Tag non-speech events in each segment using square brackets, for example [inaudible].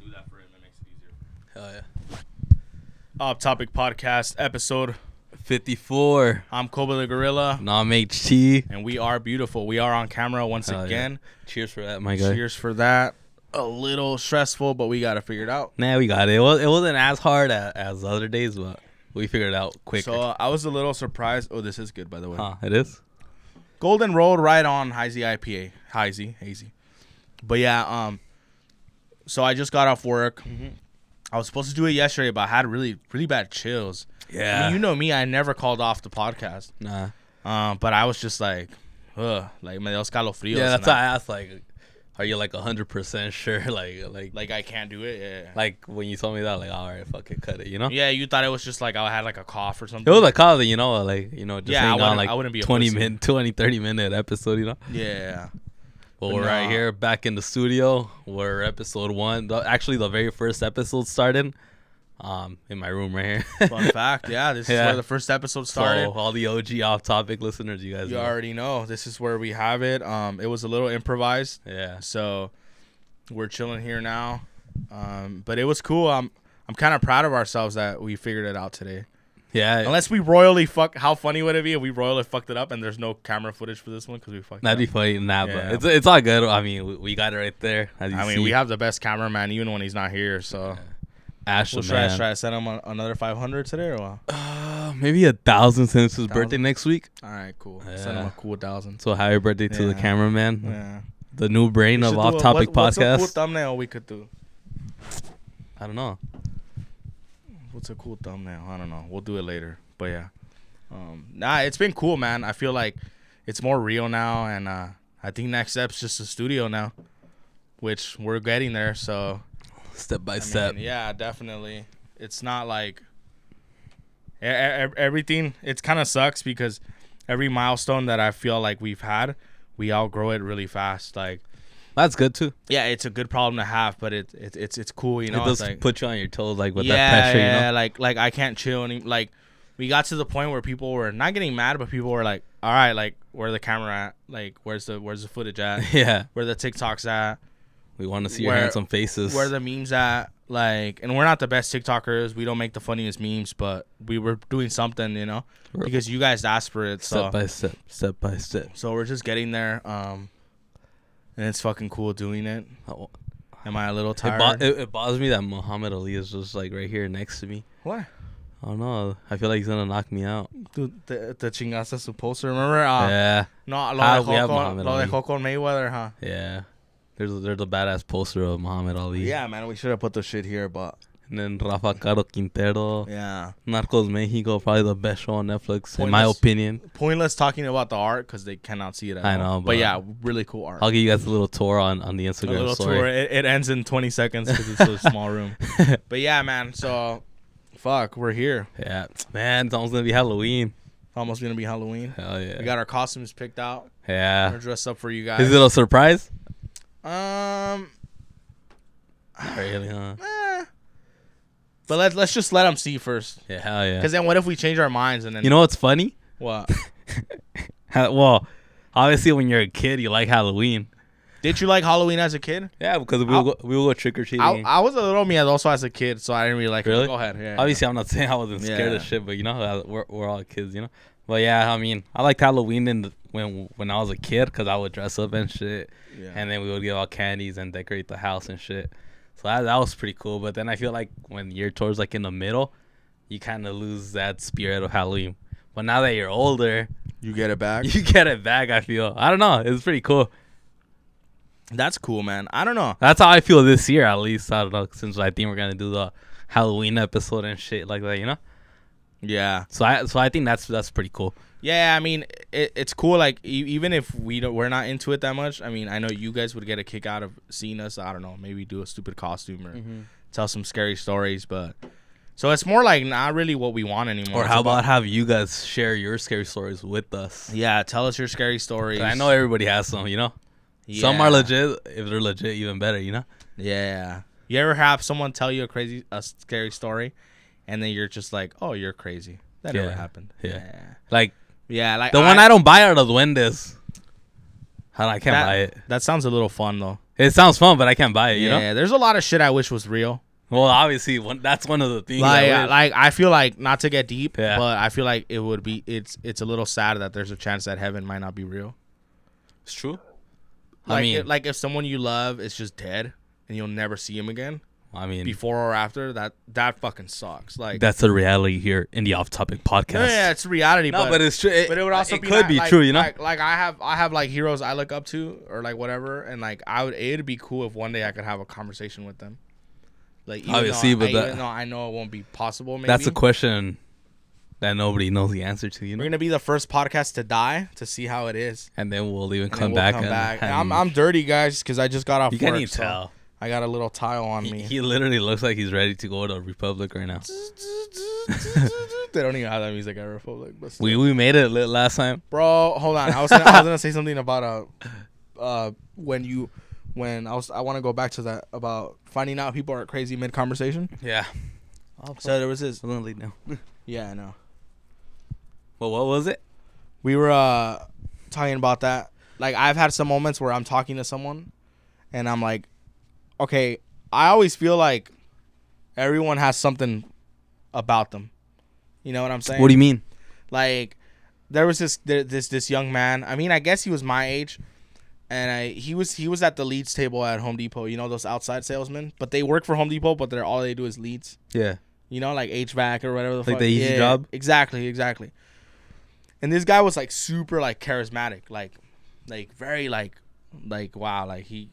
do that for him. It makes it easier. Hell yeah. Off Topic Podcast episode. 54. I'm Kobe the Gorilla, Nom HT. and we are beautiful. We are on camera once Hell yeah. again. Cheers for that, my guy. Cheers for that. A little stressful, but we got to figure it out. Nah, we got it. It, was, it wasn't as hard as, as the other days, but we figured it out quick. So uh, I was a little surprised. Oh, this is good, by the way. huh, it is? Golden Road right on Heisey IPA. Heisey, hazy. But yeah, um so I just got off work. Mm-hmm. I was supposed to do it yesterday, but I had really really bad chills. I Yeah. mean, you know me, I never called off the podcast. nah. Um, but I was just like, ugh, like me dio escalofríos. Yeah, and that's why I- I asked, like, are you like 100% [laughs] sure? Like, like, like, like I can't do it. Yeah. like when you told me that, like, all right, fuck it, cut it, you know? yeah, you thought it was just like I had like a cough or something. It was a call that, you know, like, you know, just Yeah, I hang on wouldn't- like I wouldn't be a 20 pussy. minute, 20, 30 minute episode, you know? yeah. Well, But we're right nah. here back in the studio. We're episode one. The- actually, the very first episode started um, in my room right here. [laughs] Fun fact, yeah, this is Yeah. where the first episode so, started. all the OG off topic listeners, you guys you know. already know this is where we have it. Um, it was a little improvised. yeah. So we're chilling here now. Um, but it was cool. I'm I'm kind of proud of ourselves that we figured it out today. Yeah. Unless we royally fuck, how funny would it be if we royally fucked it up and there's no camera footage for this one because we fucked. That'd be it funny. Nah, Yeah. but it's, it's all good. I mean, we, we got it right there. As up. you I mean, see. we have the best cameraman even when he's not here. So Ash the we'll try, man. try to send him a, another 500 today or what? All Uh, maybe a thousand since his birthday Thousand? next week. right, cool. Send him Yeah. a cool thousand. So happy birthday to the Yeah. cameraman, Yeah. the new brain We should do of Off a- Topic what- What's a cool Podcast. thumbnail we could do? I don't know. What's a cool thumbnail? I don't know. We'll do it later. But yeah. Um nah, it's been cool, man. I feel like it's more real now and uh I think next step's just the studio now. Which we're getting there, so Step by I step. mean, yeah, definitely. It's not like e- e- e- everything it's kind of sucks because every milestone that I feel like we've had, we outgrow it really fast. Like That's good too. yeah, it's a good problem to have, but it, it it's it's cool, you know. it it's does like, put you on your toes, like with yeah, that pressure, yeah, you know. like like I can't chill any like we got to the point where people were not getting mad, but people were like, All right, like where the camera at? Like where's the where's the footage [laughs] at? Yeah, where the TikToks at? we want to see your Where- handsome faces. Where the memes at? Like and we're not the best TikTokers, we don't make the funniest memes, but we were doing something, you know? Right. Because you guys asked for it. step So by step, step by step. so we're just getting there. Um and it's fucking cool doing it. Oh, Am I a little It, tired? bo- it, it bothers me that Muhammad Ali is just like right here next to me. what? I don't know. I feel like he's gonna knock me out. Dude, the, the chingaza supposed to remember? Uh, yeah, No, lo Ah, dejó, we have con, Muhammad lo Ali. dejó con Mayweather, huh? yeah. There's a, there's a badass poster of Muhammad Ali. Yeah, man, we should have put the shit here, but And then Rafa Caro Quintero, yeah. Narcos Mexico, probably the best show on Netflix in my Pointless. opinion. Pointless talking about the art because they cannot see it. At I all. know, but, but- yeah, really cool art. I'll give you guys a little tour on on the a Instagram little story. tour. It, it ends in 20 seconds because it's [laughs] a small room. But yeah, man. So, fuck, we're here. yeah, man, it's almost gonna be Halloween. It's almost gonna be Halloween. Hell yeah. We got our costumes picked out. We're yeah. dressed up for you guys. Is it [sighs] a surprise? um, Not really, huh? eh. but let's let's just let them see first. Yeah, hell yeah. Because then, what if we change our minds and then You know what's funny? [laughs] what? Ha- Well, obviously, when you're a kid, you like Halloween. Did you like Halloween as a kid? Yeah, because we'll go, we'll go trick or I, treating. I was a little also as a kid, so I didn't really like it. Really? Go ahead. Yeah, Obviously, I'm not saying I wasn't scared of Yeah. shit, but you know, uh, we're, we're all kids, you know. But yeah, I mean, I liked Halloween and when when I was a kid because I would dress up and shit, yeah. and then we would get all candies and decorate the house and shit. So that that was pretty cool. But then I feel like when you're towards like in the middle, you kind of lose that spirit of Halloween. But now that you're older, [laughs] you get it back. you get it back. I feel I don't know. It's pretty cool. [laughs] That's cool, man. I don't know. That's how I feel this year, at least. I don't know, since I think we're gonna do the Halloween episode and shit like that, you know. Yeah, So I, so I think that's that's pretty cool. yeah. I mean, it, it's cool. Like e- even if we don't, we're not into it that much. I mean, I know you guys would get a kick out of seeing us. I don't know. Maybe do a stupid costume or tell some scary stories. But so it's more like not really what we want anymore. Or It's how about have you guys share your scary stories with us? Yeah, tell us your scary stories. 'Cause I know everybody has some, you know. Some Yeah. are legit. If they're legit, even better, you know. Yeah. You ever have someone tell you a crazy, a scary story, and then you're just like, "Oh, you're crazy." That never Yeah. happened. Yeah. yeah. Like Yeah, like the one I don't buy are the duendes. I, don't- I can't buy it. That sounds a little fun though. It sounds fun, but I can't buy it. You yeah, know. there's a lot of shit I wish was real. Well, obviously, one, that's one of the things. I Like, I wish. like I feel like not to get deep, Yeah. but I feel like it would be it's it's a little sad that there's a chance that heaven might not be real. it's true. Like, I mean, if, like if someone you love is just dead and you'll never see him again I mean, before or after, that that fucking sucks. Like that's the reality here in the off-topic yeah, podcast. yeah, it's reality. no, but, but, it's true. It, but it would also it be could that, be like- true. You know. like, like I have I have like heroes I look up to or like whatever, and like I would it'd be cool if one day I could have a conversation with them. Like even Obviously, though, but I, that- even though I know it won't be possible. Maybe that's a question that nobody knows the answer to. You We're know. gonna be the first podcast to die to see how it is. And then we'll even And come then we'll back. come and, back. and- I'm, I'm dirty, guys, because I just got off you work. can't even so tell. I got a little tile on He, me. he literally looks like he's ready to go to Republic right now. [laughs] they don't even have that music at Republic. But still. We we made it lit last time. Bro, hold on. I was gonna, I was gonna say something about uh, uh, when you, when I was, I want to go back to that about finding out people are crazy mid conversation. Yeah. Oh, So there was this. [laughs] now. Yeah, I know. Well, what was it? we were uh talking about that like i've had some moments where i'm talking to someone and i'm like okay i always feel like everyone has something about them you know what i'm saying What do you mean? like there was this there, this this young man i mean i guess he was my age and I, he was he was at the leads table at Home Depot. You know those outside salesmen, but they work for Home Depot, but they're all they do is leads Yeah. you know, like HVAC or whatever the fuck. the easy job? Exactly, exactly. And this guy was like super like charismatic, like, like very like, like wow, like he,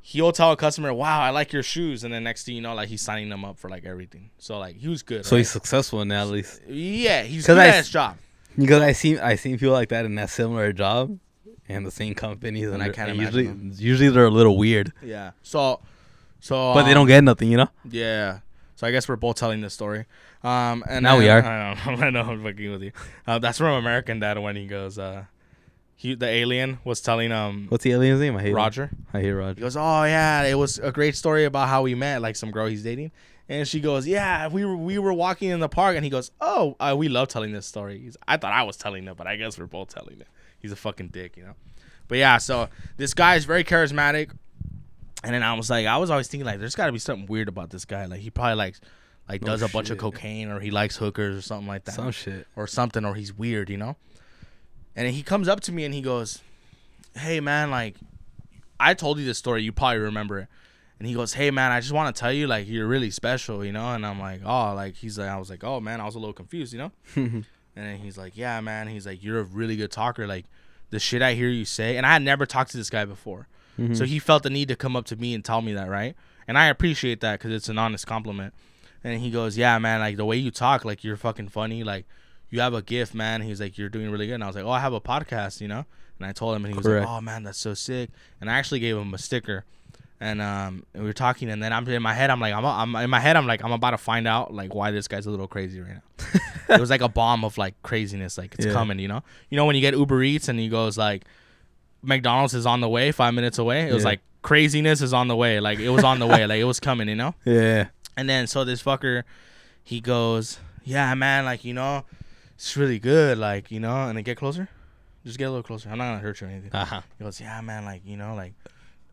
he'll tell a customer, "Wow, I like your shoes," and then next thing you know, like he's signing them up for like everything. So like he was good. So right? he's successful now, at least. yeah, he's 'Cause good I at s- his job. Because I seen I seen people like that in that similar job, and the same companies, and I I can't can't imagine usually usually they're a little weird, Yeah. So, so but they don't get nothing, you know. Yeah. So I guess we're both telling this story. Um, and Now I, we are. I don't know. [laughs] I know I'm fucking with you. Uh, that's from American Dad when he goes, uh, he the alien was telling um What's the alien's name? I hate him. Roger. I hate He Roger. goes, oh yeah, it was a great story about how we met, like some girl he's dating, and she goes, yeah, we were we were walking in the park, and he goes, oh, uh, we love telling this story. He's, I thought I was telling it, but I guess we're both telling it. He's a fucking dick, you know. But yeah, so this guy is very charismatic, and then I was like, I was always thinking like, there's got to be something weird about this guy. Like he probably likes, like does a bunch of Oh, shit. cocaine, or he likes hookers, or something like that Some shit. or something, or he's weird, you know? And he comes up to me and he goes, Hey, man, like, I told you this story. You probably remember it. And he goes, Hey, man, I just want to tell you, like, you're really special, you know? And I'm like, Oh, like, he's like, I was like, Oh, man, I was a little confused, you know? And then he's like, Yeah, man. He's like, You're a really good talker. Like, the shit I hear you say. And I had never talked to this guy before. So he felt the need to come up to me and tell me that, right? And I appreciate that because it's an honest compliment. And he goes, Yeah, man, like the way you talk, like you're fucking funny. Like you have a gift, man. He's like, You're doing really good. And I was like, Oh, I have a podcast, you know? And I told him, and he was Correct. like, Oh, man, that's so sick. And I actually gave him a sticker. And um, and we were talking, and then I'm in my head. I'm like, I'm, I'm in my head. I'm like, I'm about to find out like why this guy's a little crazy right now [laughs] it was like a bomb of like craziness. Like it's Yeah. coming, you know. You know when you get Uber Eats and he goes like, McDonald's is on the way, five minutes away. It was Yeah. like craziness is on the way. Like it was on the way. Like it was coming, you know. Yeah. And then so this fucker, he goes, yeah, man, like you know, it's really good. Like you know, and then get closer. Just get a little closer. I'm not gonna hurt you or anything. Uh huh. He goes, Yeah, man, like, you know, like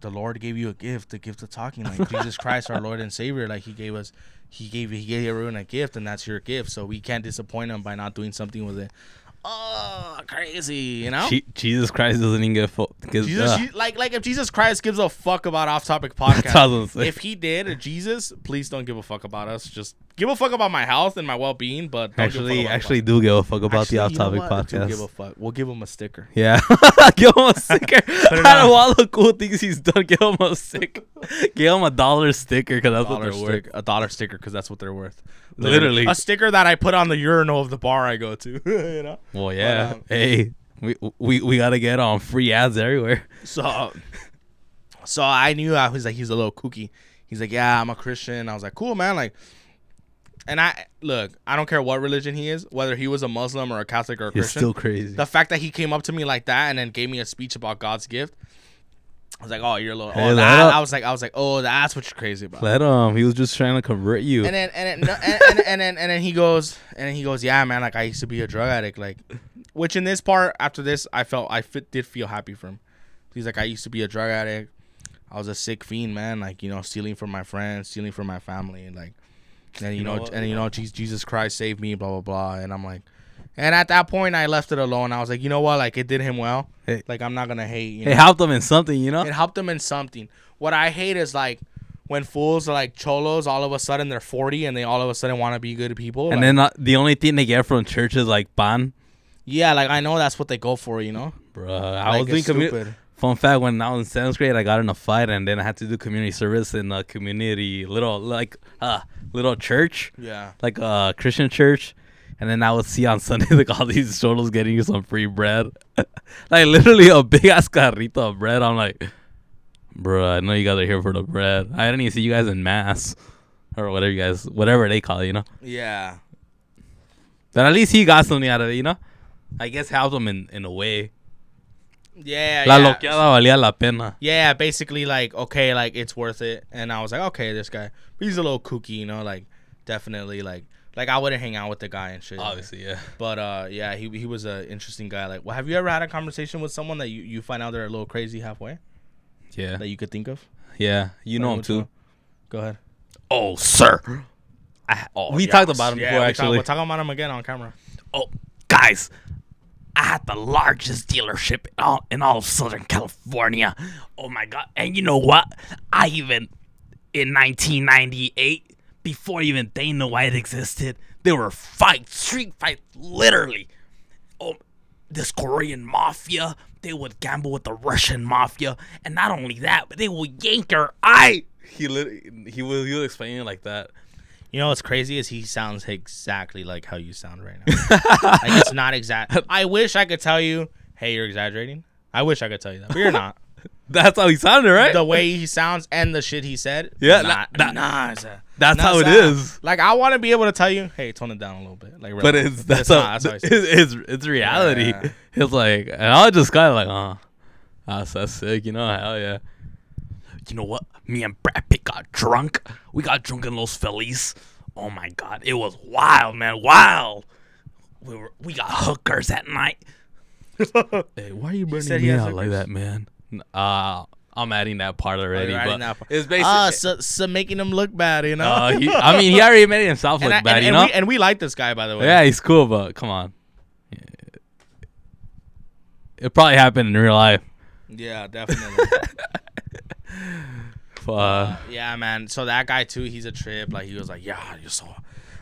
the Lord gave you a gift, the gift of talking. Like Jesus Christ, our Lord and Savior, like he gave us he gave he gave everyone a gift and that's your gift. So we can't disappoint him by not doing something with it. Oh crazy, you know? Jesus Christ doesn't even get full. Jesus, uh, you- like like if Jesus Christ gives a fuck about off topic podcast. [laughs] That's what I was gonna say. If he did, or Jesus, please don't give a fuck about us. Just give a fuck about my health and my well being, but don't actually, give a fuck about actually, do give a fuck about Actually, the you know off-topic what? Dude, podcast. Give a fuck. We'll give him a sticker. Yeah, [laughs] [laughs] give him a sticker. it Out on. of all the cool things he's done, give him a sticker. [laughs] give him a dollar sticker because that's dollar what they're worth. stick- a dollar sticker because that's what they're worth. Literally. a sticker that I put on the urinal of the bar I go to. [laughs] you know, Well, yeah. um, hey, we, we we gotta get on free ads everywhere. so so I knew I was like he's a little kooky. He's like, yeah, I'm a Christian. I was like, cool, man. Like, and I look, I don't care what religion he is, whether he was a Muslim or a Catholic or a You're Christian. still crazy. the fact that he came up to me like that and then gave me a speech about God's gift. I was like, oh, you're a little. Hey, oh, let that, up. I was like, I was like, oh, that's what you're crazy about. Let him. He was just trying to convert you. And then and then, no, and, and, and then and then he goes and then he goes, yeah, man, like I used to be a drug addict, like, which in this part after this, I felt I fit, did feel happy for him. He's like, I used to be a drug addict. I was a sick fiend, man. Like you know, stealing from my friends, stealing from my family, and like, and you, You know know, what? and you know, "Jesus- Jesus Christ saved me, blah blah blah. And I'm like, and at that point, I left it alone. I was like, you know what? Like it did him well. Hey. Like I'm not gonna hate. You know? It helped them in something, you know. It helped them in something. What I hate is like when fools are like cholos, all of a sudden they're 40 and they all of a sudden want to be good people. like- And then uh, the only thing they get from church is like pan, yeah, like I know that's what they go for, you know? bro. I Like, was doing it's community. stupid. Fun fact: When I was in seventh grade, I got in a fight, and then I had to do community service in a community little like uh little church, Yeah. like a uh, Christian church. And then I would see on [laughs] Sunday like all these cholos getting you some free bread, [laughs] like literally a big ass carrito of bread. I'm like, bro, I know you guys are here for the bread. I didn't even see you guys in mass or whatever you guys, whatever they call it, you know. Yeah. But at least he got something out of it, you know? I guess helped him in, in a way. Yeah. La yeah. loqueada valía la pena. yeah, basically like okay, like it's worth it. And I was like, okay, this guy, he's a little kooky, you know, like definitely like like I wouldn't hang out with the guy and shit. Obviously, yeah. But uh, yeah, he he was an interesting guy. Like, well, have you ever had a conversation with someone that you, you find out they're a little crazy halfway Yeah. that you could think of? Yeah. You know Like, him which too. one? Go ahead. Oh, sir. I, oh, we Yeah, talked about him yeah, before, we actually. Talk, we're talking about him again on camera. oh, guys. I had the largest dealership in all, in all of Southern California. Oh my God. And you know what? I even, in 1998, before even they knew I existed, there were fights, street fights, literally. oh, this Korean mafia. They would gamble with the Russian mafia, and not only that, but they would yank her eye. He lit- he was he was explaining it like that. You know what's crazy is he sounds exactly like how you sound right [laughs] now. like it's not exact. I wish I could tell you, hey, you're exaggerating. I wish I could tell you that, but you're [laughs] not. [laughs] That's how he sounded, right? the way he sounds and the shit he said. Yeah, nah, nah, nah, it's a- that's nah, how it's it a- is. Like I want to be able to tell you, hey, tone it down a little bit. Like, But relax. it's that's, not, how, that's how I it's, said. it's it's reality. Yeah. [laughs] It's like, and I was just kind of like, uh, that's that's sick, you know? Hell yeah. You know what? Me and Brad Pitt got drunk. We got drunk in Los Feliz. Oh my god, it was wild, man, wild. We were we got hookers at night. Hey, why are you said burning he me has out like hookers. that, man? N- Uh, I'm adding that part already. Oh, adding but that part. It's Ah, basically. so, so making him look bad, you know. [laughs] Uh, he, I mean, he already made [laughs] himself and, look I- bad, and, you and know. we, and we like this guy, by the way. yeah, he's cool, but come on. It probably happened in real life. yeah, definitely. Uh, Yeah, man. So that guy too, he's a trip. Like he was like, yeah, you saw.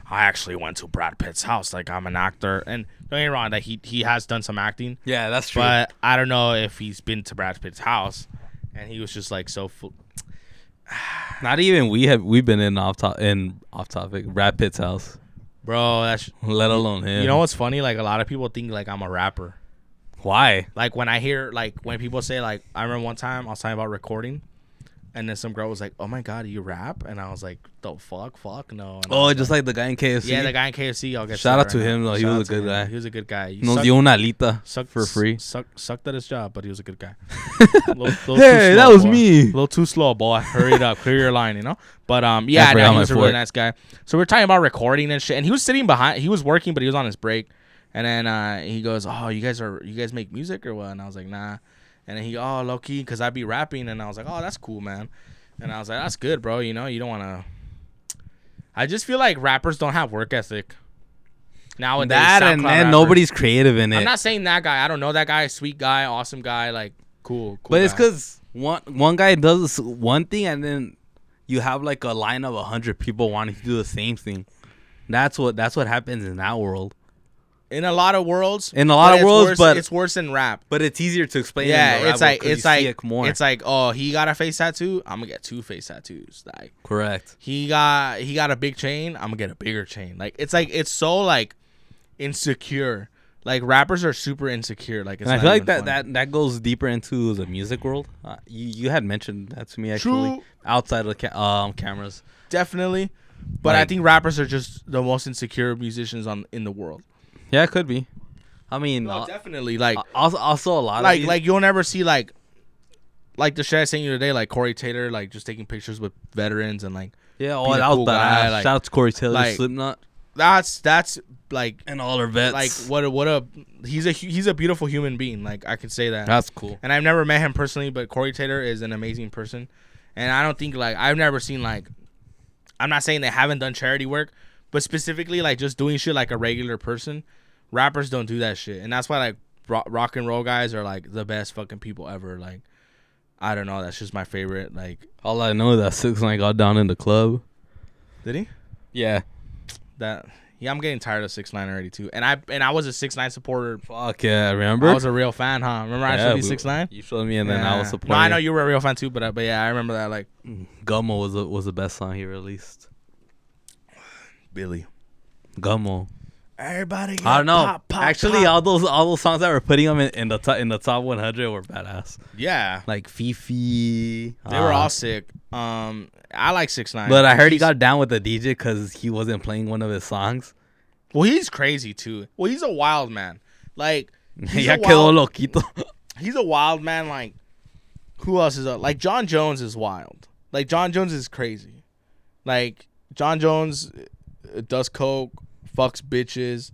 I actually went to Brad Pitt's house. Like I'm an actor, and don't get me wrong, like he he has done some acting, yeah, that's true. but I don't know if he's been to Brad Pitt's house. And he was just like so. Fu- Not even we have we've been in off top in off topic. Brad Pitt's house, Bro, that's let alone him. you know what's funny? Like a lot of people think like I'm a rapper. why? Like when I hear like when people say like I remember one time I was talking about recording, and then some girl was like, "Oh my god, you rap?" And I was like, "The fuck, fuck no." And I Oh, was just like the guy in KFC. Yeah, the guy in KFC. I'll get Shout shit out to right now. him, though. He Shout was out a to good him. guy. He was a good guy. He Nos sucked- dio una alita sucked- for free. Sucked, sucked at his job, but he was a good [laughs] guy. Little- little too Hey, that slow, was boy. me. A little too slow, boy. Hurry it up, clear your line, you know. But um, yeah, forgot no, he my was a really fork. nice guy. So we are talking about recording and shit, and he was sitting behind. He was working, but he was on his break. And then uh, he goes, "Oh, you guys are you guys make music or what?" And I was like, "Nah." And then he, "Oh, low key, cause I be rapping." And I was like, "Oh, that's cool, man." And I was like, "That's good, bro. You know, you don't wanna." I just feel like rappers don't have work ethic. Nowadays, That and SoundCloud then rappers. nobody's creative in it. I'm not saying that guy. I don't know that guy. Sweet guy, awesome guy, like cool. cool but it's guy. because one one guy does one thing and then you have like a line of a hundred people wanting to do the same thing. That's what that's what happens in that world. in a lot of worlds, In a lot but of it's worlds, worse- but- it's worse than rap. But it's easier to explain. in the Yeah, rap it's world like 'cause you it's see like it more. it's like oh he got a face tattoo. I'm gonna get two face tattoos. Like correct. he got he got a big chain. I'm gonna get a bigger chain. Like it's like it's so like insecure. Like rappers are super insecure. Like it's And I not feel like even that, funny. that that goes deeper into the music world. Uh, you you had mentioned that to me actually True. outside of ca- um cameras. definitely. But I Like- think rappers are just the most insecure musicians on in the world. Yeah, it could be. I mean, uh, definitely. Like also also a lot like of these- like you'll never see like like the shit I sent you today, like Corey Taylor, like just taking pictures with veterans and like yeah, being oh a that was cool badass. guy, like- Shout out to Corey Taylor, like- Slipknot. that's that's like and all our vets. like what a, what a he's a hu- he's a beautiful human being. Like I could say that. That's cool. and I've never met him personally, but Corey Taylor is an amazing person, and I don't think like I've never seen like I'm not saying they haven't done charity work, but specifically like just doing shit like a regular person. Rappers don't do that shit, and that's why like rock, rock and roll guys are like the best fucking people ever. Like I don't know, that's just my favorite. Like All I know is that six nine got down in the club. did he? Yeah. That yeah, I'm getting tired of six nine already too, and I and I was a six nine supporter. Fuck yeah, remember? I was a real fan, huh? Remember I showed you six nine. You showed me, and then I was supporting. No, I know you were a real fan too, but uh, but yeah, I remember that like Gummo was the- was the best song he released. Billy. Gummo. Everybody. I don't know. Actually, all those all those songs that were putting him in, in the top in the top 100 were badass. yeah, Like Fifi. uh, they were all sick. Um, I like six nine, But I heard he got down with the DJ because he wasn't playing one of his songs. [laughs] Well, he's crazy too. Well, he's a wild man. [laughs] Like he's, ya a quedó wild, [laughs] loquito. he's a wild man. Like who else is a, like John Jones is wild. Like John Jones is crazy. Like John Jones uh, does coke, fucks bitches,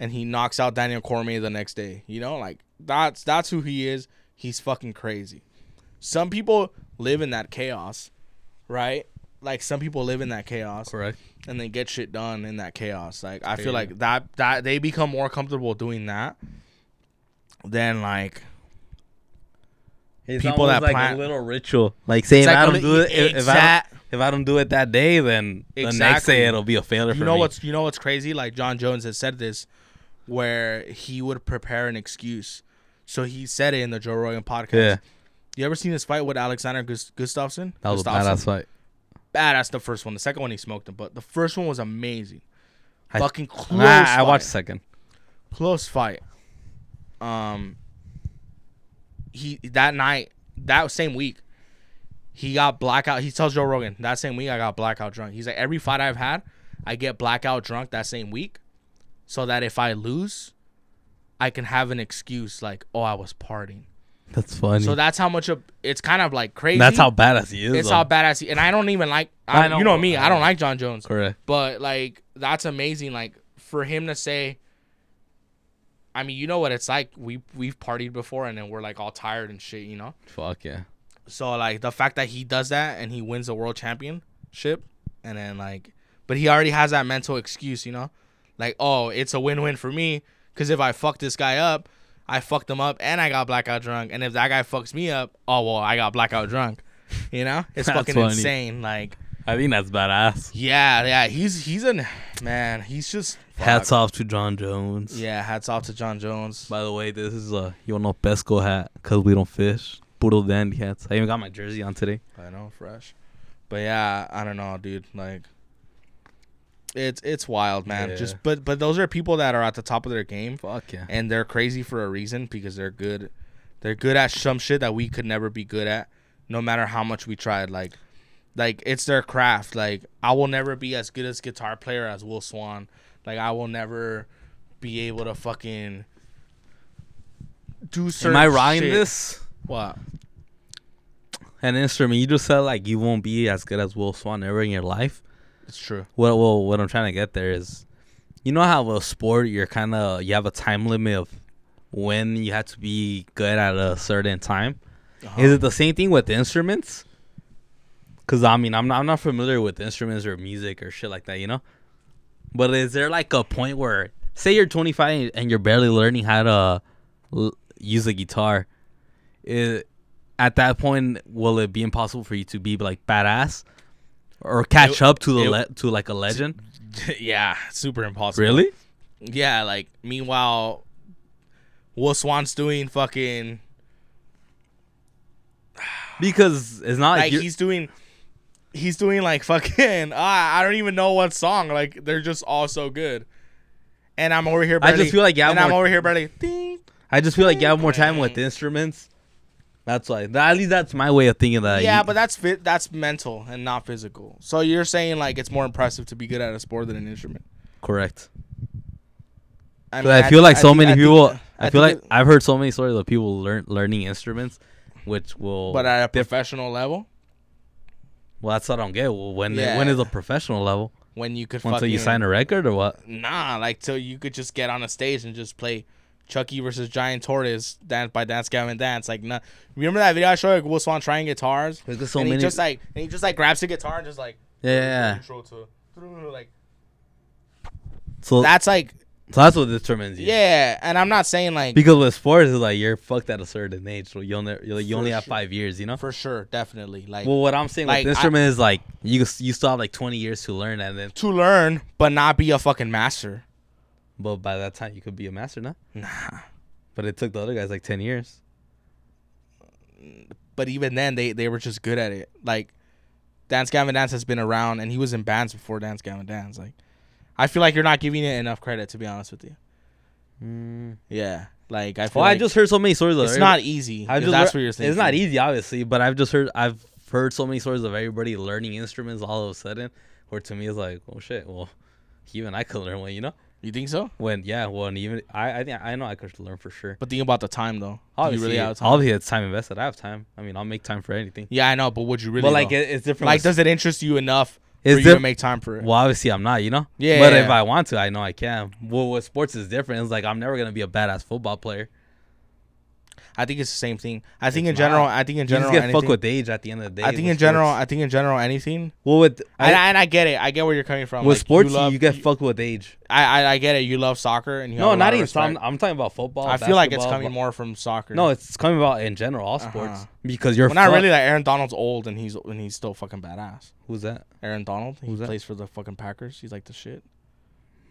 and he knocks out Daniel Cormier the next day. You know, like that's that's who he is. He's fucking crazy. Some people live in that chaos, right? Like some people live in that chaos Correct. and they get shit done in that chaos. Like I Yeah. feel like that that they become more comfortable doing that than like It's People almost that like plant- a little ritual, like saying I don't Exactly. do it. If, if I Exact- don't, if I don't do it that day, then the next Exactly. day it'll be a failure. you for know me. what's you know what's crazy? Like John Jones has said this, where he would prepare an excuse. So he said it in the Joe Rogan podcast. Yeah, You ever seen his fight with Alexander Gus- Gustafsson? that was a Gustafsson? badass fight. Badass the first one. The second one he smoked him, but the first one was amazing. I- Fucking close. Nah, I fight. watched second. close fight. Um, he that night, that same week, he got blackout. He tells Joe Rogan that same week I got blackout drunk. He's like, every fight I've had, I get blackout drunk that same week, so that if I lose, I can have an excuse like, oh, I was partying. That's funny. So that's how much of it's kind of like crazy. That's how badass he is. it's though. how badass. He, and I don't even like. I, I know. you know me. I don't like John Jones. Correct. But like that's amazing. Like for him to say, I mean, you know what it's like. We we've partied before, and then we're like all tired and shit, you know. Fuck yeah. So like the fact that he does that and he wins the world championship, and then like, but he already has that mental excuse, you know, like oh it's a win win for me because if I fuck this guy up, I fucked him up and I got blackout drunk, and if that guy fucks me up, oh well I got blackout drunk, you know. It's [laughs] That's fucking funny. insane. Like I think that's badass. yeah yeah he's he's a man he's just Hats off to John Jones. Yeah, hats off to John Jones. By the way, this is a you know pesco hat because we don't fish. Puro dandy hats. I even got my jersey on today. I know, fresh. But yeah, I don't know, dude. Like, it's it's wild, man. Yeah. Just but but those are people that are at the top of their game, Fuck yeah. and they're crazy for a reason because they're good. They're good at some shit that we could never be good at, no matter how much we tried. Like, like it's their craft. Like I will never be as good as guitar player as Will Swan. Like I will never be able to fucking do certain. Am I wrong in shit. this? What? An instrument. You just said like you won't be as good as Will Swan ever in your life. It's true. [laughs] Well, well, what I'm trying to get there is, you know how with sport you're kind of you have a time limit of when you have to be good at a certain time. Uh-huh. Is it the same thing with instruments? Cause I mean I'm not I'm not familiar with instruments or music or shit like that, you know. But is there like a point where say you're 25 and you're barely learning how to l- use a guitar, it, at that point will it be impossible for you to be like badass or catch It- up to the it- le- to like a legend? yeah, super impossible. Really? Yeah, like meanwhile, Will Swan's doing fucking Because it's not like like, you're- he's doing he's doing like fucking [laughs] ah, I don't even know what song. Like they're just all so good. And I'm over here. I Barely, just feel like, yeah, and I'm I'm more- over here, barely. Ding. I just feel like you have more time with instruments. That's why. that- At least that's my way of thinking that. yeah, you- but that's fit. That's mental and not physical. So you're saying like it's more impressive to be good at a sport than an instrument. correct. I, But I feel like thi- so think- many think- people. I, feel like think it- I've heard so many stories of people learn learning instruments, which will. but at a professional level, well, that's what I don't get. Well, when when Yeah. is a professional level? when you could Until fucking you sign a record or what? nah, like till you could just get on a stage and just play Chucky versus Giant Tortoise, Dance by Dance Gavin Dance. Like, nah. remember that video I showed you, like, Will Swan trying guitars? There's just so and many- He just like and he just like grabs the guitar and just like Yeah, yeah, yeah. intro to like So, that, that's like so that's what determines you. yeah. And I'm not saying like Because with sports, it's like you're fucked at a certain age, so you'll never, you'll, you For only have sure. five years, you know. for sure, definitely like well, what I'm saying like, I- with instrument is like you you still have like 20 years to learn, and then to learn but not be a fucking master. but by that time you could be a master, now. Nah. But it took the other guys like 10 years. But even then, they they were just good at it. Like Dance Gavin Dance has been around, and he was in bands before Dance Gavin Dance. Like I feel like you're not giving it enough credit, to be honest with you. Yeah, like I feel Mm. Well, like I just heard so many stories. it's of not easy. e- I if just that's lear- what you're saying. It's not easy, obviously, but I've just heard I've heard so many stories of everybody learning instruments all of a sudden. Where to me is like, oh shit, well, even I could learn one, you know? You think so? When yeah, well, and even I, I think I know I could learn for sure. But think about the time though. Do you Obviously, really have time? obviously, it's time invested. I have time. I mean, I'll make time for anything. Yeah, I know. But would you really? but like, though? it, it's different. like, with s- does it interest you enough for Is you there- to make time for it? well, obviously, I'm not, you know. Yeah, But yeah, if yeah. I want to, I know I can. Well, with sports is different. It's like I'm never gonna be a badass football player. I think it's the same thing. I think It's in general, not. I think in You general, just get anything, fucked with age at the end of the day. I think with in general, sports. I think in general, anything. well, with I, and, I, and I get it. I get where you're coming from. with Like, sports, you, love- you get fucked with age. I, I I get it. You love soccer and you No, have a lot not of even. so I'm, respect. I'm talking about football. I feel like it's basketball, coming but- more from soccer. No, it's coming about in general, all sports. Uh-huh. Because you're well, not fucked- really. Like Aaron Donald's old and he's and he's still fucking badass. Who's that? Aaron Donald, he Who's that? plays for the fucking Packers. He's like the shit.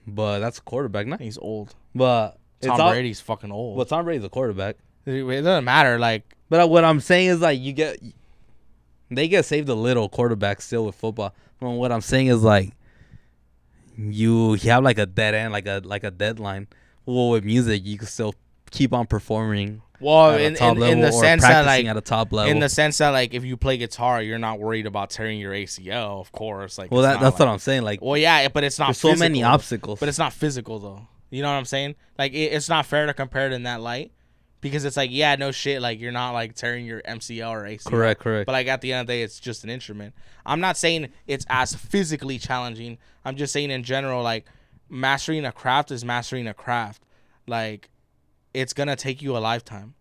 But that's a quarterback, not. And he's old. But it's Tom all- Brady's fucking old. Well, Tom Brady's a quarterback. It it doesn't matter. Like But uh, what I'm saying is like you get, they get saved a little quarterback still with football. But what I'm saying is like, you you have like a dead end, like a like a deadline. Well, with music, you can still keep on performing well, at in, a top in, level in the or sense that practicing like at a top level. in the sense that like if you play guitar, you're not worried about tearing your ACL. Of course, like well, it's that, not that's like, what I'm saying. Like, Well, yeah, but it's not. there's so many physical. obstacles. But it's not physical though. You know what I'm saying? Like it, it's not fair to compare it in that light because it's like yeah, no shit. Like you're not like tearing your MCL or ACL. correct, correct. But like at the end of the day, it's just an instrument. I'm not saying it's as physically challenging. I'm just saying in general, like mastering a craft is mastering a craft. Like it's gonna take you a lifetime.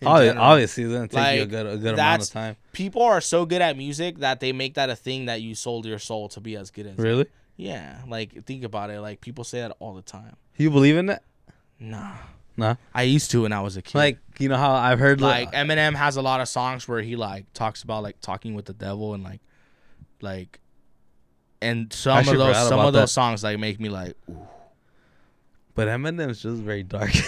in Obvi- general. obviously, it's gonna take you a Like, good a good amount that's- of time. People are so good at music that they make that a thing that you sold your soul to be as good as. Really? Yeah. Like think about it. Like people say that all the time. You believe in that? Nah. Nah. I used to when I was a kid. Like you know how I've heard like like, Eminem has a lot of songs where he like talks about like talking with the devil and like like and some actually of those forgot some about of those that. songs like make me like ooh. but Eminem's just very dark. [laughs]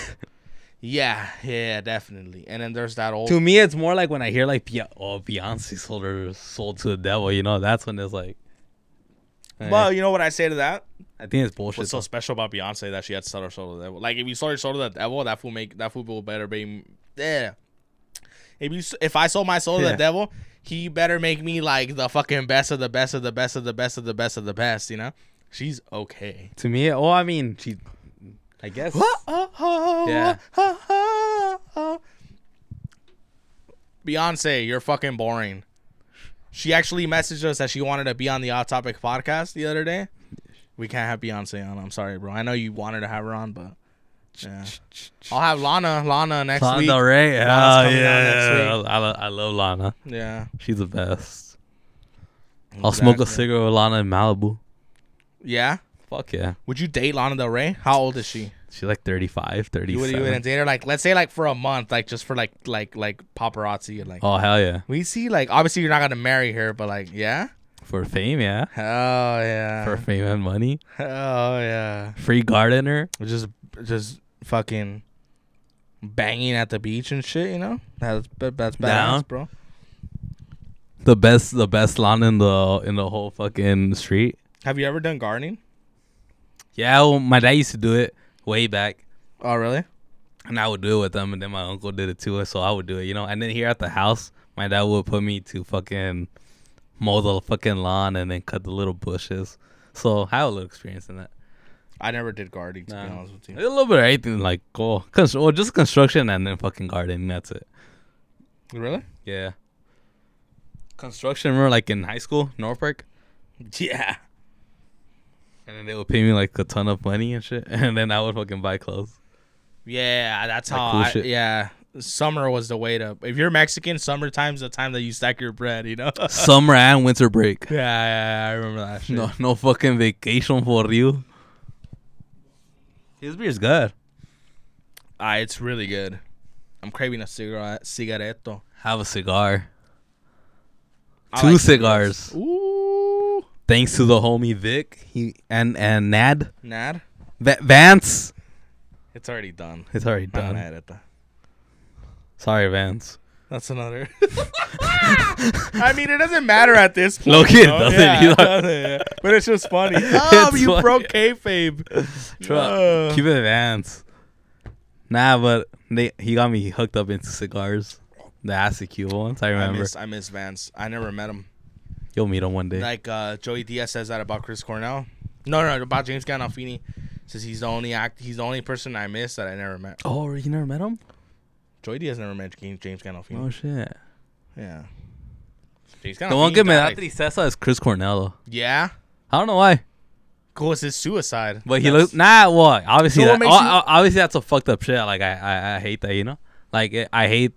yeah yeah definitely and then there's that old to me, it's more like when I hear like Bey- oh Beyonce sold her soul to the devil. You know, that's when it's like. eh, well you know what I say to that I think it's bullshit. what's so though. special about Beyonce that she had to sell her soul to the devil like if you sold your soul to the devil that fool make that fool will better be yeah if you s- if I sold my soul to Yeah. the devil he better make me like the fucking best of the best of the best of the best of the best of the best you know she's okay to me, oh, I mean, she, I guess. [gasps] Yeah. [laughs] Beyonce, you're fucking boring. She actually messaged us that she wanted to be on the Off Topic podcast the other day. We can't have Beyonce on. I'm sorry, bro. I know you wanted to have her on, but yeah. I'll have Lana, Lana next Lana week. Del Rey. Oh, Lana's coming out yeah, next I, lo- I love Lana. Yeah. She's the best. I'll smoke a Exactly. cigarette with Lana in Malibu. Yeah. Fuck yeah. Would you date Lana Del Rey? How old is she? She's like 35, You 37. would you wouldn't date her like let's say like for a month, like just for like like like paparazzi and like oh, hell yeah. we see like obviously you're not gonna marry her, but like yeah. For fame, yeah. Oh yeah. For fame and money. [laughs] Oh yeah. Free gardener. Just just fucking banging at the beach and shit, you know? That's that- that's badass, Down. bro. The best the best lawn in the in the whole fucking street. Have you ever done gardening? Yeah, well, my dad used to do it way back. Oh really? And I would do it with them and then my uncle did it too, so I would do it, you know. And then here at the house, my dad would put me to fucking mow the fucking lawn and then cut the little bushes. So I have a little experience in that. I never did gardening to be Nah. honest with A you. little bit of anything like cool. Constr- well, just construction and then fucking gardening, that's it. Really? Yeah. Construction, remember like in high school, Norfolk? Yeah. And then they would pay me like a ton of money and shit. [laughs] And then I would fucking buy clothes. Yeah, that's Like how. cool I, shit. Yeah, summer was the way to. If you're Mexican, summertime's the time that you stack your bread. You know. [laughs] yeah, [laughs] Summer and winter break. yeah, yeah, I remember that. Shit. [laughs] No, no fucking vacation for you. His beer's good. Ah, it's really good. I'm craving a cigarette. Cigaretto. Have a cigar. I Two like cigars. Ooh, Thanks to the homie Vic, he and and Nad Nad. Va- Vance. It's already done. Ah, It's already I'm not done. mad at that. Sorry, Vance. That's [laughs] another. I mean, it doesn't matter at this point. Look, it you know? doesn't. Yeah, You it know? doesn't, yeah. But it's just funny. Oh, [laughs] It's you funny. broke kayfabe. Tru- Uh. Keep it Vance. Nah, but they he got me hooked up into cigars. The Asicu ones, I I remember. miss, I miss Vance. I never met him. You'll meet him one day. Like uh, Joey Diaz says that about Chris Cornell. No, no, about James Gandolfini. Says he's the only act. He's the only person I miss that I never met. oh, you never met him? Joey Diaz never met James James Gandolfini. Oh shit. Yeah. James The one que me da died. tristeza is Chris Cornell. though. Yeah. I don't know why, Cool. It's his suicide. but he That's- looks nah. What? Obviously, You know that, what makes o- o- obviously that's a fucked up shit. Like I, I, I hate that. You know, like I- I hate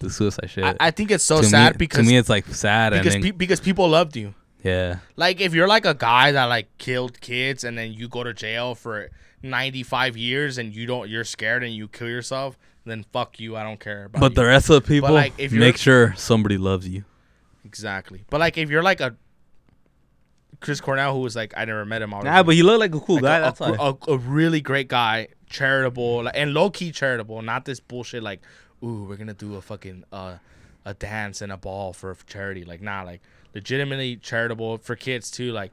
the suicide shit. I, I think it's so to sad me, because to me it's like sad because and pe- then, because people loved you. yeah. Like if you're like a guy that like killed kids and then you go to jail for 95 years and you don't you're scared and you kill yourself, then fuck you. I don't care about But you. the rest of the people, Oh, like, if you're- make sure somebody loves you. exactly. But like if you're like a Chris Cornell who was like I never met him. I was Nah, but he looked like a cool Oh, like, guy. a, that's a, why. a- a really great guy, charitable like, and low key charitable, not this bullshit like ooh, we're going to do a fucking uh a dance and a ball for charity. Like nah, like legitimately charitable for kids too like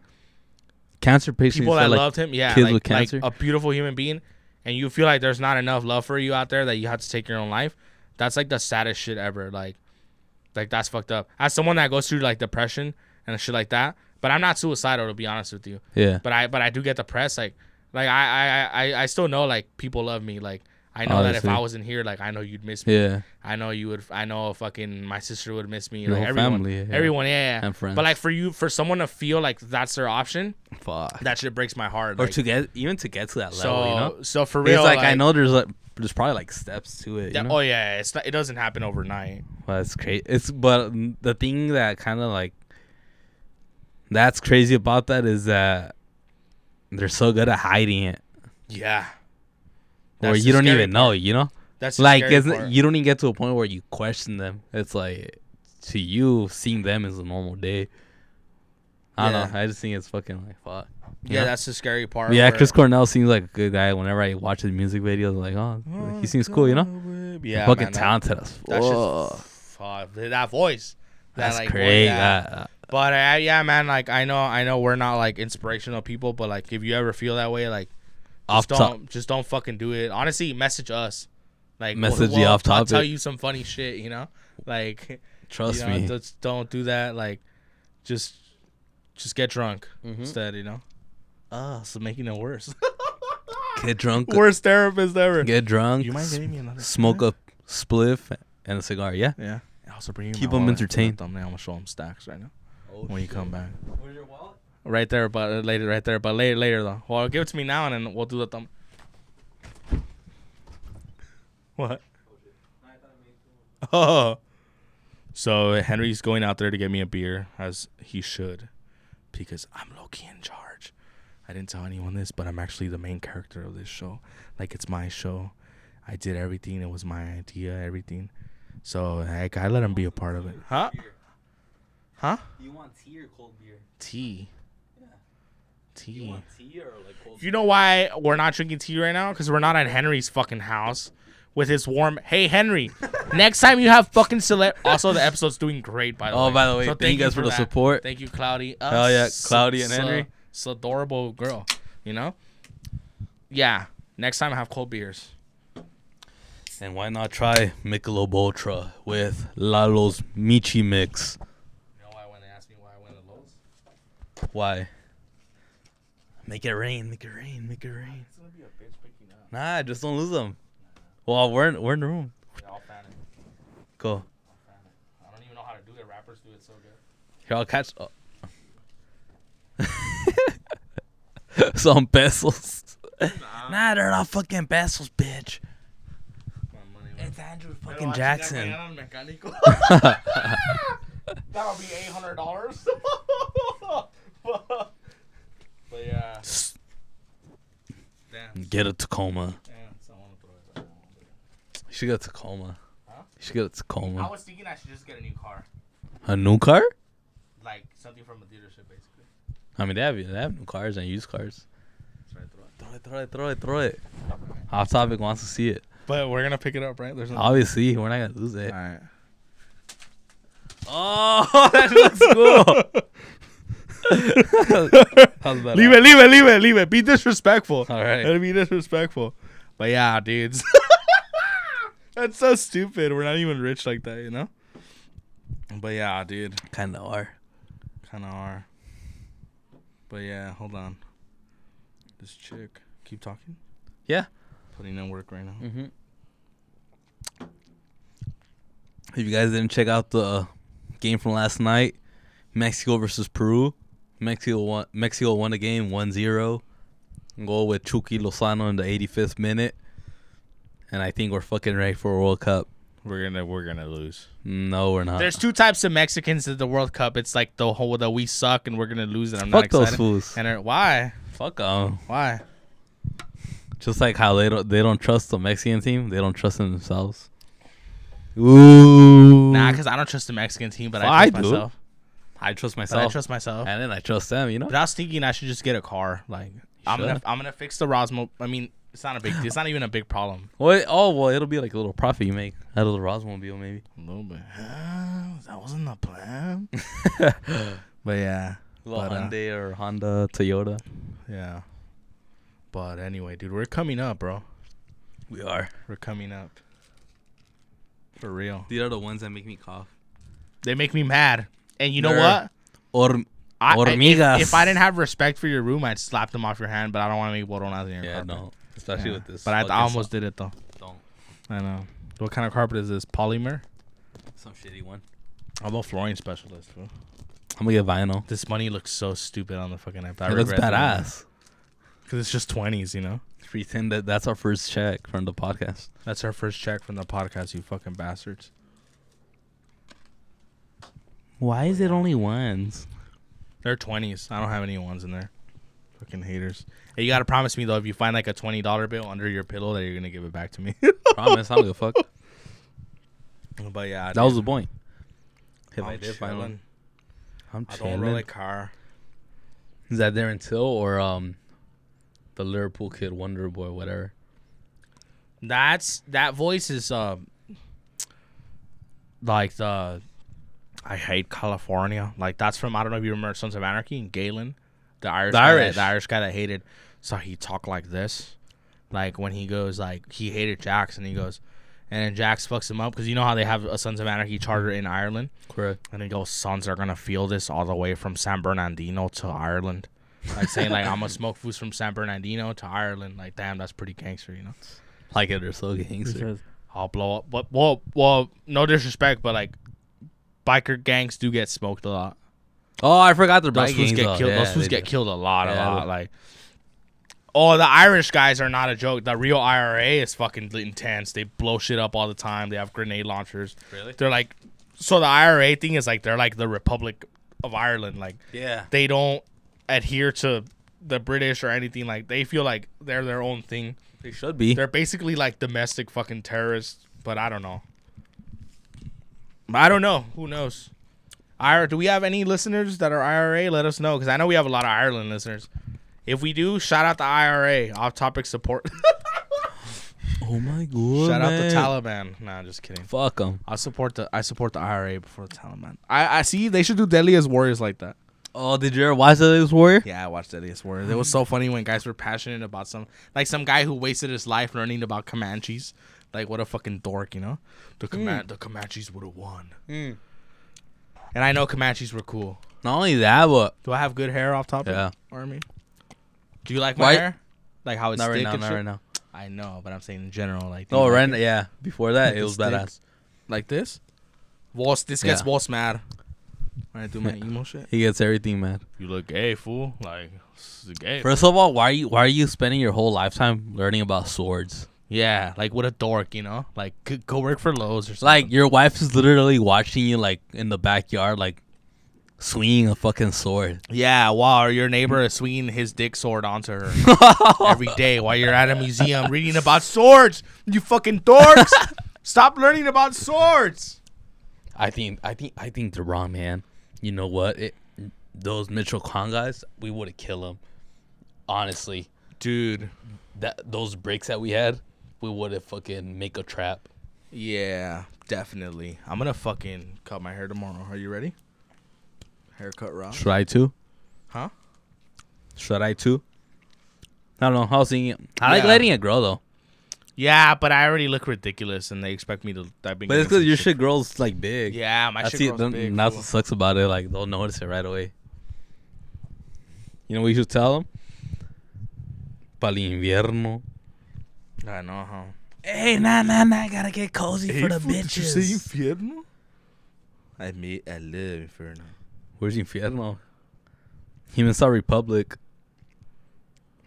cancer patients people that like, loved him, yeah, kids like, with like cancer. a beautiful human being, and you feel like there's not enough love for you out there that you have to take your own life. That's like the saddest shit ever. Like, like that's fucked up. As someone that goes through like depression and shit like that, but I'm not suicidal to be honest with you. Yeah, But I but I do get depressed. Like, like I I I, I still know like people love me. Like I know that Obviously. if I wasn't here, like I know you'd miss me. yeah. I know you would. I know fucking my sister would miss me. Your like whole everyone, family, yeah. everyone, yeah, yeah. And friends. But like for you, for someone to feel like that's their option, Fuck. that shit breaks my heart. or like- to get even to get to that so, level, you know. so for It's real, like, I know there's like there's probably like steps to it. that- You know? Oh yeah, it's not, it doesn't happen overnight. Well, it's crazy. It's but mm, the thing that kind of like that's crazy about that is that they're so good at hiding it, Yeah, or That's you the don't scary even know. You know, that's the like scary it's, part. you don't even get to a point where you question them. It's like to you seeing them is a normal day. I don't know. I just think it's fucking like fuck. you yeah, know? that's the scary part. yeah. where- Chris Cornell seems like a good guy. Whenever I watch his music videos, I'm like, oh, he seems cool. [laughs] You mm. know, Yeah, fucking man, that- talented as That, fuck. shit's fuck, that voice. That, That's like, voice, crazy. yeah. That- But uh, yeah, man, like I know, I know, we're not like inspirational people, but like if you ever feel that way, like off just top, don't, just don't fucking do it. Honestly, message us. Like Message the off I'll tell topic. you some funny shit, you know, like. [laughs] trust you know, me. Just don't do that. Like, just just get drunk Mm-hmm. instead. You know. Ah, so making it worse. Get drunk. [laughs] Worst therapist ever. Get drunk. you mind s- giving me another? smoke a spliff and a cigar. Yeah. Yeah. And also bring Keep 'em entertained. I'm gonna show them stacks right now. when you come back. Right there, but uh, later, right there, but later, later though. Well, give it to me now, and then we'll do the thumb. What? Oh. So Henry's going out there to get me a beer, as he should, because I'm low key in charge. I didn't tell anyone this, but I'm actually the main character of this show. Like it's my show. I did everything. It was my idea. Everything. So heck, I let him be a part of it. Huh? Huh? You want tea or cold beer? Tea. Tea. tea or like cold You know why we're not drinking tea right now? Because we're not at Henry's fucking house with his warm. Hey, [laughs] Henry, next time you have fucking select. Also, the episode's doing great, by the Oh, way. by the way, thank you guys for the support. Thank you, Cloudy. Uh, Hell yeah, s- Cloudy and s- Henry. s- adorable girl, you know? Yeah. Next time, have cold beers. And why not try Michelob Ultra with Lalo's Michi Mix? You know why when they asked me why I went to Lowe's? Why? Make it rain, make it rain, make it rain. It's going to be a bitch picking up. Nah, just don't lose them. Well, we're in, we're in the room. They all fan it. Go. I don't even know how to do it. Rappers do it so good. Here, I'll catch. Oh. [laughs] some pesos. Nah, they're not fucking pesos, bitch. It's Andrew fucking Jackson. that would be eight hundred [laughs] dollars. But yeah. Damn. Get a Tacoma. Damn. Someone throw it. Back. You should get a Tacoma. Huh? You should get a I Tacoma. was thinking I should just get a new car, A new car? like something from a dealership, basically. I mean, they have, they have new cars and used cars. Should I throw it? Throw it, throw it, throw it, throw it. Off topic wants to see it. But we're gonna pick it up, right? There's no. Obviously, we're not gonna lose it. right. Oh, [laughs] that looks cool. How's that? Leave it, leave it, leave it, leave it. Be disrespectful. All right. It'll be disrespectful. But yeah, dudes. [laughs] That's so stupid. We're not even rich like that, you know? But yeah, dude. Kind of are. Kinda are. But yeah, hold on. This chick. Keep talking. Yeah. Putting in work right now. Mm-hmm. If you guys didn't check out the uh, game from last night, Mexico versus Peru, Mexico won. Mexico won the game 1-0. Goal with Chucky Lozano in the 85th minute, and I think we're fucking ready for a World Cup. We're gonna we're gonna lose. No, we're not. There's two types of Mexicans at the World Cup. It's like the whole that we suck and we're gonna lose and I'm not Fuck excited. those fools. And they're- why? Fuck 'em. Why? Just like how they don't they don't trust the Mexican team, they don't trust them themselves. Ooh. Nah, because I don't trust the Mexican team, but I I trust do. myself. I trust But I myself, trust myself. and then I trust them. You know. But I was thinking I should just get a car. Like I'm gonna should. I'm gonna fix the Rosmo. I mean, it's not a big. It's not even a big problem. Well, it- oh well, it'll be like a little profit you make out of the Rosmobile, maybe. A little bit. [sighs] that wasn't the [laughs] plan. but yeah, Little But, uh, Hyundai or Honda, Toyota. yeah. But anyway, dude, we're coming up, bro. We are. We're coming up. For real. These are the ones that make me cough. They make me mad. And you know They're- what? Or I, I- Hormigas. if, if I didn't have respect for your room, I'd slap them off your hand. But I don't want to make botonas in your yeah, carpet. no, especially Yeah. with this. But I, fucking I almost did it though. song. I know. What kind of carpet is this? Polymer? some shitty one. I'm a flooring specialist, bro. I'm gonna get vinyl. This money looks so stupid on the fucking app. I It looks regret doing badass. it. Cause it's just twenties, you know. Pretend that that's our first check from the podcast. That's our first check from the podcast. You fucking bastards. Why is it only ones? They're twenties. I don't have any ones in there. Fucking haters. Hey, you gotta promise me though, if you find like a twenty dollar bill under your pillow, that you're gonna give it back to me. [laughs] [laughs] Promise, I don't give a fuck. but yeah, That was the point. If I'm i did find one, chilling. I'm I chilling. don't really car. Is that Darren Till or um, the Liverpool kid, Wonder Boy, whatever? That's that voice is um like the I hate California. Like that's from I don't know if you remember Sons of Anarchy and Galen, the Irish, The guy that- Irish. the Irish guy that hated. So he talked like this, like when he goes like he hated Jax and he goes, and then Jax fucks him up because you know how they have a Sons of Anarchy charter in Ireland Correct. and he goes, "Sons are gonna feel this all the way from San Bernardino to Ireland." Like saying like I'm gonna [laughs] smoke foods from San Bernardino to Ireland. Like damn, that's pretty gangster, you know. Like it or so gangster. I'll blow up. But well, well, no disrespect, but like biker gangs do get smoked a lot. Oh, I forgot the Those black fools gangs get are- killed. yeah, those fools they get do. killed a lot, Yeah, a they lot. do. Like, oh, the Irish guys are not a joke. The real IRA is fucking intense. They blow shit up all the time. They have grenade launchers. Really? They're like, so the IRA thing is like they're like the Republic of Ireland. Like Yeah. they don't adhere to the British or anything. Like they feel like they're their own thing. They should be. They're basically like domestic fucking terrorists, but I don't know. I don't know. Who knows? IRA, do we have any listeners that are IRA? Let us know because I know we have a lot of Ireland listeners. If we do, shout out the IRA, off topic support. [laughs] oh my god. shout out the man. Taliban. Nah, just kidding. Fuck them. I support the I support the IRA before the Taliban. I, I see they should do Deadly as Warriors like that. Oh, did you ever watch that this warrior? Yeah, I watched Deadliest Warriors. It was so funny when guys were passionate about some, like some guy who wasted his life learning about Comanches. Like, what a fucking dork, you know? The Coma- the Comanches would have won. And I know Comanches were cool. Not only that, but Do I have good hair off top? Yeah. of Army. Do you like my Why- hair? Like how it's not thick right now. and Not shit? right now. I know, but I'm saying in general, like. do you Oh, like right. now- [laughs] Yeah. Before that, Like it the was stick. badass. Like this. Walls. This gets Yeah. Walls mad. When I do [laughs] my emo shit. He gets everything mad. You look gay, fool. Like s- gay. First of all, why are you why are you spending your whole lifetime learning about swords? Yeah, like what a dork, you know. Like go- go work for Lowe's or something. Like your wife is literally watching you like in the backyard, like swinging a fucking sword. Yeah, while your neighbor is swinging his dick sword onto [laughs] her every day while you're at a museum reading about swords. You fucking [laughs] dorks! Stop learning about swords. I think I think I think they're wrong, man. You know what? It, those Mitchell Khan guys, we would have killed them. Honestly, Dude. that those breaks that we had, we would have fucking make a trap. Yeah, definitely. I'm gonna fucking cut my hair tomorrow. Are you ready? Haircut Rob. Should I too? Huh? Should I too? I don't know. I was thinking. I like Yeah. letting it grow though. Yeah, but I already look ridiculous and they expect me to I've been But getting it's because some your shit grows like big. Yeah, my That's, shit it, grows them- big. that's fool. what sucks about it. Like they'll notice it right away. You know what you should tell them? Pal invierno. I know, huh? Hey, nah, nah, nah. I gotta get cozy for the bitches. infierno? I mean, I live inferno. Where's infierno? Human Star Republic.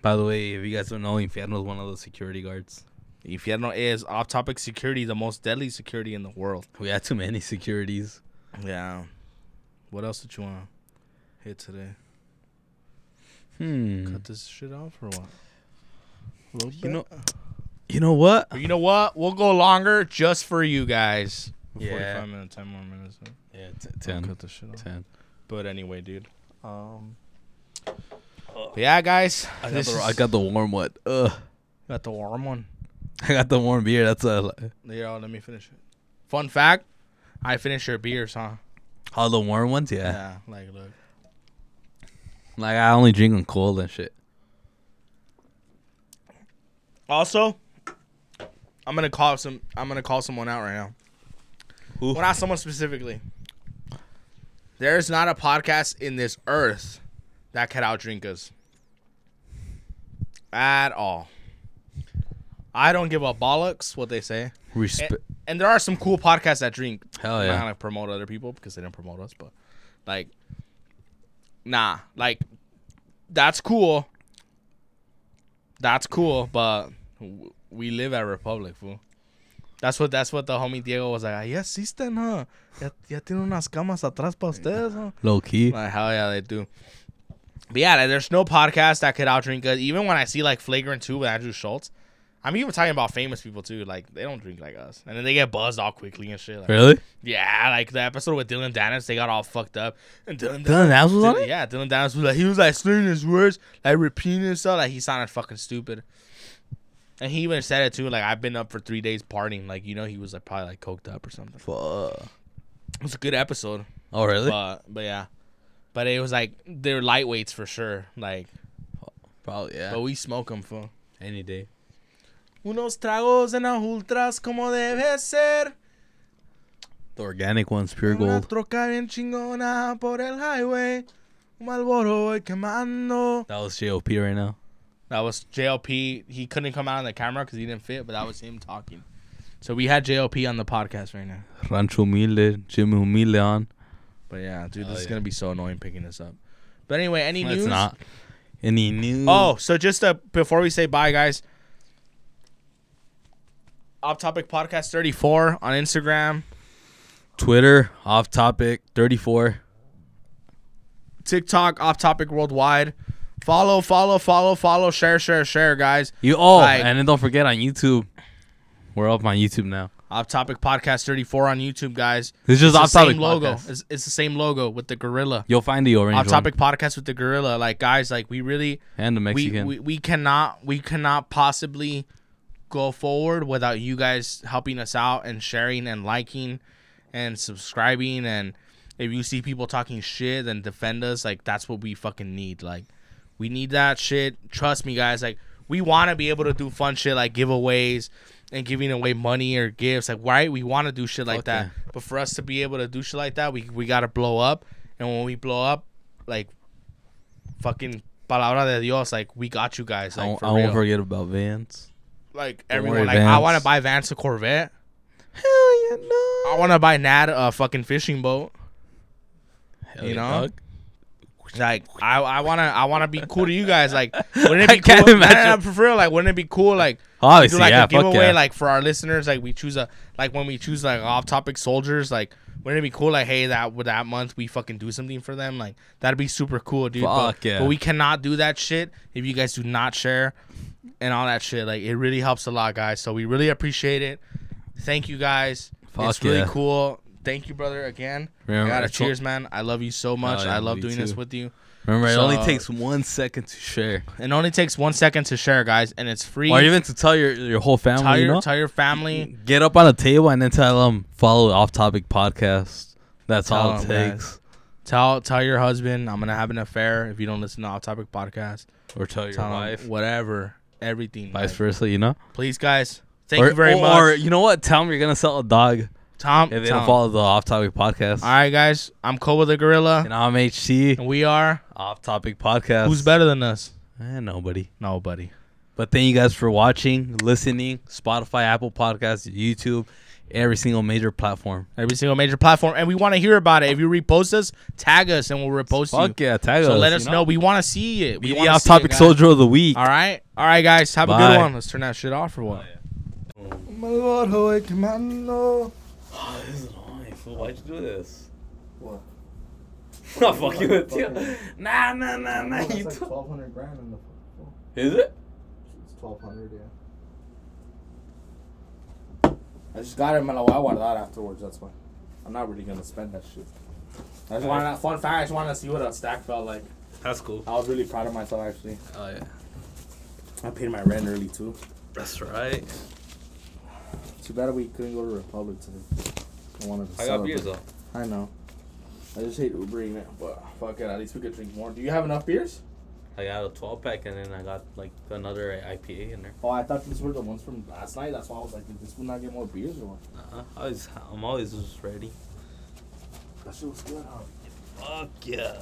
By the way, if you guys don't know, Infierno is one of those security guards. Infierno is off-topic security, the most deadly security in the world. We had too many securities. Yeah. What else did you want to hit today? Hmm. Cut this shit off or what? You know, you know what? You know what? We'll go longer just for you guys. Yeah. 45 minutes, 10 more minutes. I'll Yeah, t- ten. Cut this shit off. Ten. But anyway, dude. Um. yeah, guys. Uh. I got, this the, is- I got the warm one. Ugh. got the warm one. [laughs] I got the warm beer. That's a Yeah, let me finish it. Fun fact: I finished your beers, huh? all the warm ones. yeah. like look. Like I only drink on cold and shit. Also, I'm gonna call some. I'm gonna call someone out right now. Who? Well, not someone specifically. There is not a podcast in this earth that could outdrink us at all. I don't give a bollocks what they say. And, Respect. and there are some cool podcasts that drink. Hell I'm yeah. not gonna promote other people because they didn't promote us, but like, nah, like that's cool. That's cool, but w- we live at Republic, fool. That's what that's what the homie Diego was like. "Ah, Ya existen, huh? Ya, ya tienen unas camas atrás para ustedes, huh? Low key. Like, hell yeah, they do. But yeah, like, there's no podcast that could outdrink us. Even when I see like Flagrant 2 with Andrew Schultz, I'm even talking about famous people too. Like, they don't drink like us. And then they get buzzed all quickly and shit. Like, Really? Yeah, like the episode with Dylan Dennis, they got all fucked up. And Dylan, Dennis, Dylan Downs was on it. yeah, Dylan Dennis was like, he was like slurring his words, like repeating himself. Like, he sounded fucking stupid. And he even said it too. Like, I've been up for three days partying. Like, you know, he was like probably like coked up or something. Fuck. It was a good episode. Oh really? But but yeah, but it was like they're lightweights for sure. Like, Probably yeah. but we smoke them for Any day. unos tragos en las ultras como debe ser. The organic ones, pure Una gold. troca bien chingona por el highway. Un Marlboro voy quemando. That was JOP right now. That was JLP. He couldn't come out on the camera because he didn't fit, but that was him talking. So we had JLP on the podcast right now. Rancho Humilde, Jimmy Humilde on. But yeah, dude, this Hell is yeah. gonna be so annoying picking this up. But anyway, any No, news? It's not. Any news? Oh, so just uh, before we say bye, guys. Off topic podcast 34 on Instagram, Twitter off topic. Thirty-four. TikTok, off topic worldwide. Follow, follow, follow, follow, share, share, share, guys. You oh, Like- and then don't forget on YouTube. We're up on YouTube now. Off topic podcast 34 on YouTube, guys. This is just off It's the topic. same logo. podcast. It's, it's the same logo with the gorilla. You'll find the orange Off topic topic podcast with the gorilla. Like guys, like we really and the we, Mexican. we we cannot we cannot possibly go forward without you guys helping us out and sharing and liking and subscribing and if you see people talking shit then defend us like that's what we fucking need like we need that shit trust me guys like we want to be able to do fun shit like giveaways and giving away money or gifts like right we want to do shit like Fuck that but for us to be able to do shit like that we, we gotta blow up and when we blow up like fucking palabra de dios like we got you guys I, like won't, for I won't real. forget about Vans. like Don't everyone worry, like i want to Vans. buy vance a corvette Hell yeah, no. i want to buy nat a fucking fishing boat you yeah, know, dog. like I, I wanna I wanna be cool to you guys. Like, wouldn't it be [laughs] I can't cool? Nah, nah, imagine. for real, like, wouldn't it be cool? Like, we Obviously, do like yeah, a fuck giveaway, yeah. like for our listeners. Like, we choose a like when we choose like off-topic soldiers. Like, wouldn't it be cool? Like, hey, that with that month we fucking do something for them. Like, that'd be super cool, dude. but- Fuck yeah. but we cannot do that shit if you guys do not share and all that shit. Like, it really helps a lot, guys. So we really appreciate it. Thank you guys. Fuck it's really yeah. cool. Thank you, brother, again. Remember, Gotta it's all- cheers, man. I love you so much. yeah, I love me doing this too. with you. Remember, it So- only takes one second to share, It only takes one second to share, guys, and it's free. or even to tell your your whole family. tell, you your, know? tell your family. Get up on a table and then tell them follow off topic podcast. That's all Tell it 'em, takes. Tell tell your husband I'm gonna have an affair if you don't listen to Off Topic Podcast. Or tell your Tell him wife. whatever, everything. Vice like, versa, you know. Please, guys. Thank or, you very or, much, Or you know what? Tell them you're gonna sell a dog if Tom. they Tom. don't follow the off topic podcast. All right, guys. I'm Cole with the Gorilla, [laughs] And I'm HT and we are. off topic podcast. Who's better than us? Eh, nobody. Nobody. But thank you guys for watching, listening, Spotify, Apple Podcasts, YouTube, every single major platform. Every single major platform, and we want to hear about it. If you repost us, tag us, and we'll repost Fuck you. yeah, tag So us. let you us know. We want to see it. Be We the want off topic soldier. soldier of the week. All right. All right, guys. Have a Bye. good one. Let's turn that shit off or Oh, what? My lord, how I command law. This is life. Why'd you do this? [laughs] What? Not fucking with you. Nah, nah, nah, [laughs] nah. You like t- 1200 grand in the phone. is it? It's 1200, yeah. I just got it, man. I wanted that afterwards, that's why. I'm not really gonna spend that shit. I just wanted that fun fact. I just wanted to see what a stack felt like. That's cool. I was really proud of myself, actually. Oh yeah, I paid my rent early, too. that's right. Too bad we couldn't go to Republic today. I wanted to celebrate. though. I know. I just hate Ubering it, but fuck it. At least we could drink more. Do you have enough beers? I got a 12 pack and then I got like another IPA in there. Oh, I thought these were the ones from last night. That's why I was like, did this will not get more beers or what? Uh-huh. I always, I'm always just ready. That shit was good, huh? Fuck yeah.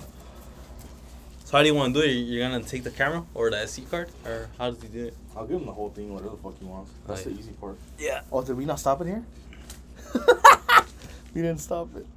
So how do you want to do it? You're gonna take the camera or the SD card, or how does he do it? I'll give him the whole thing, whatever the fuck he wants. That's Right. the easy part. Yeah. Oh, did [laughs] we not stop it here? we didn't stop it.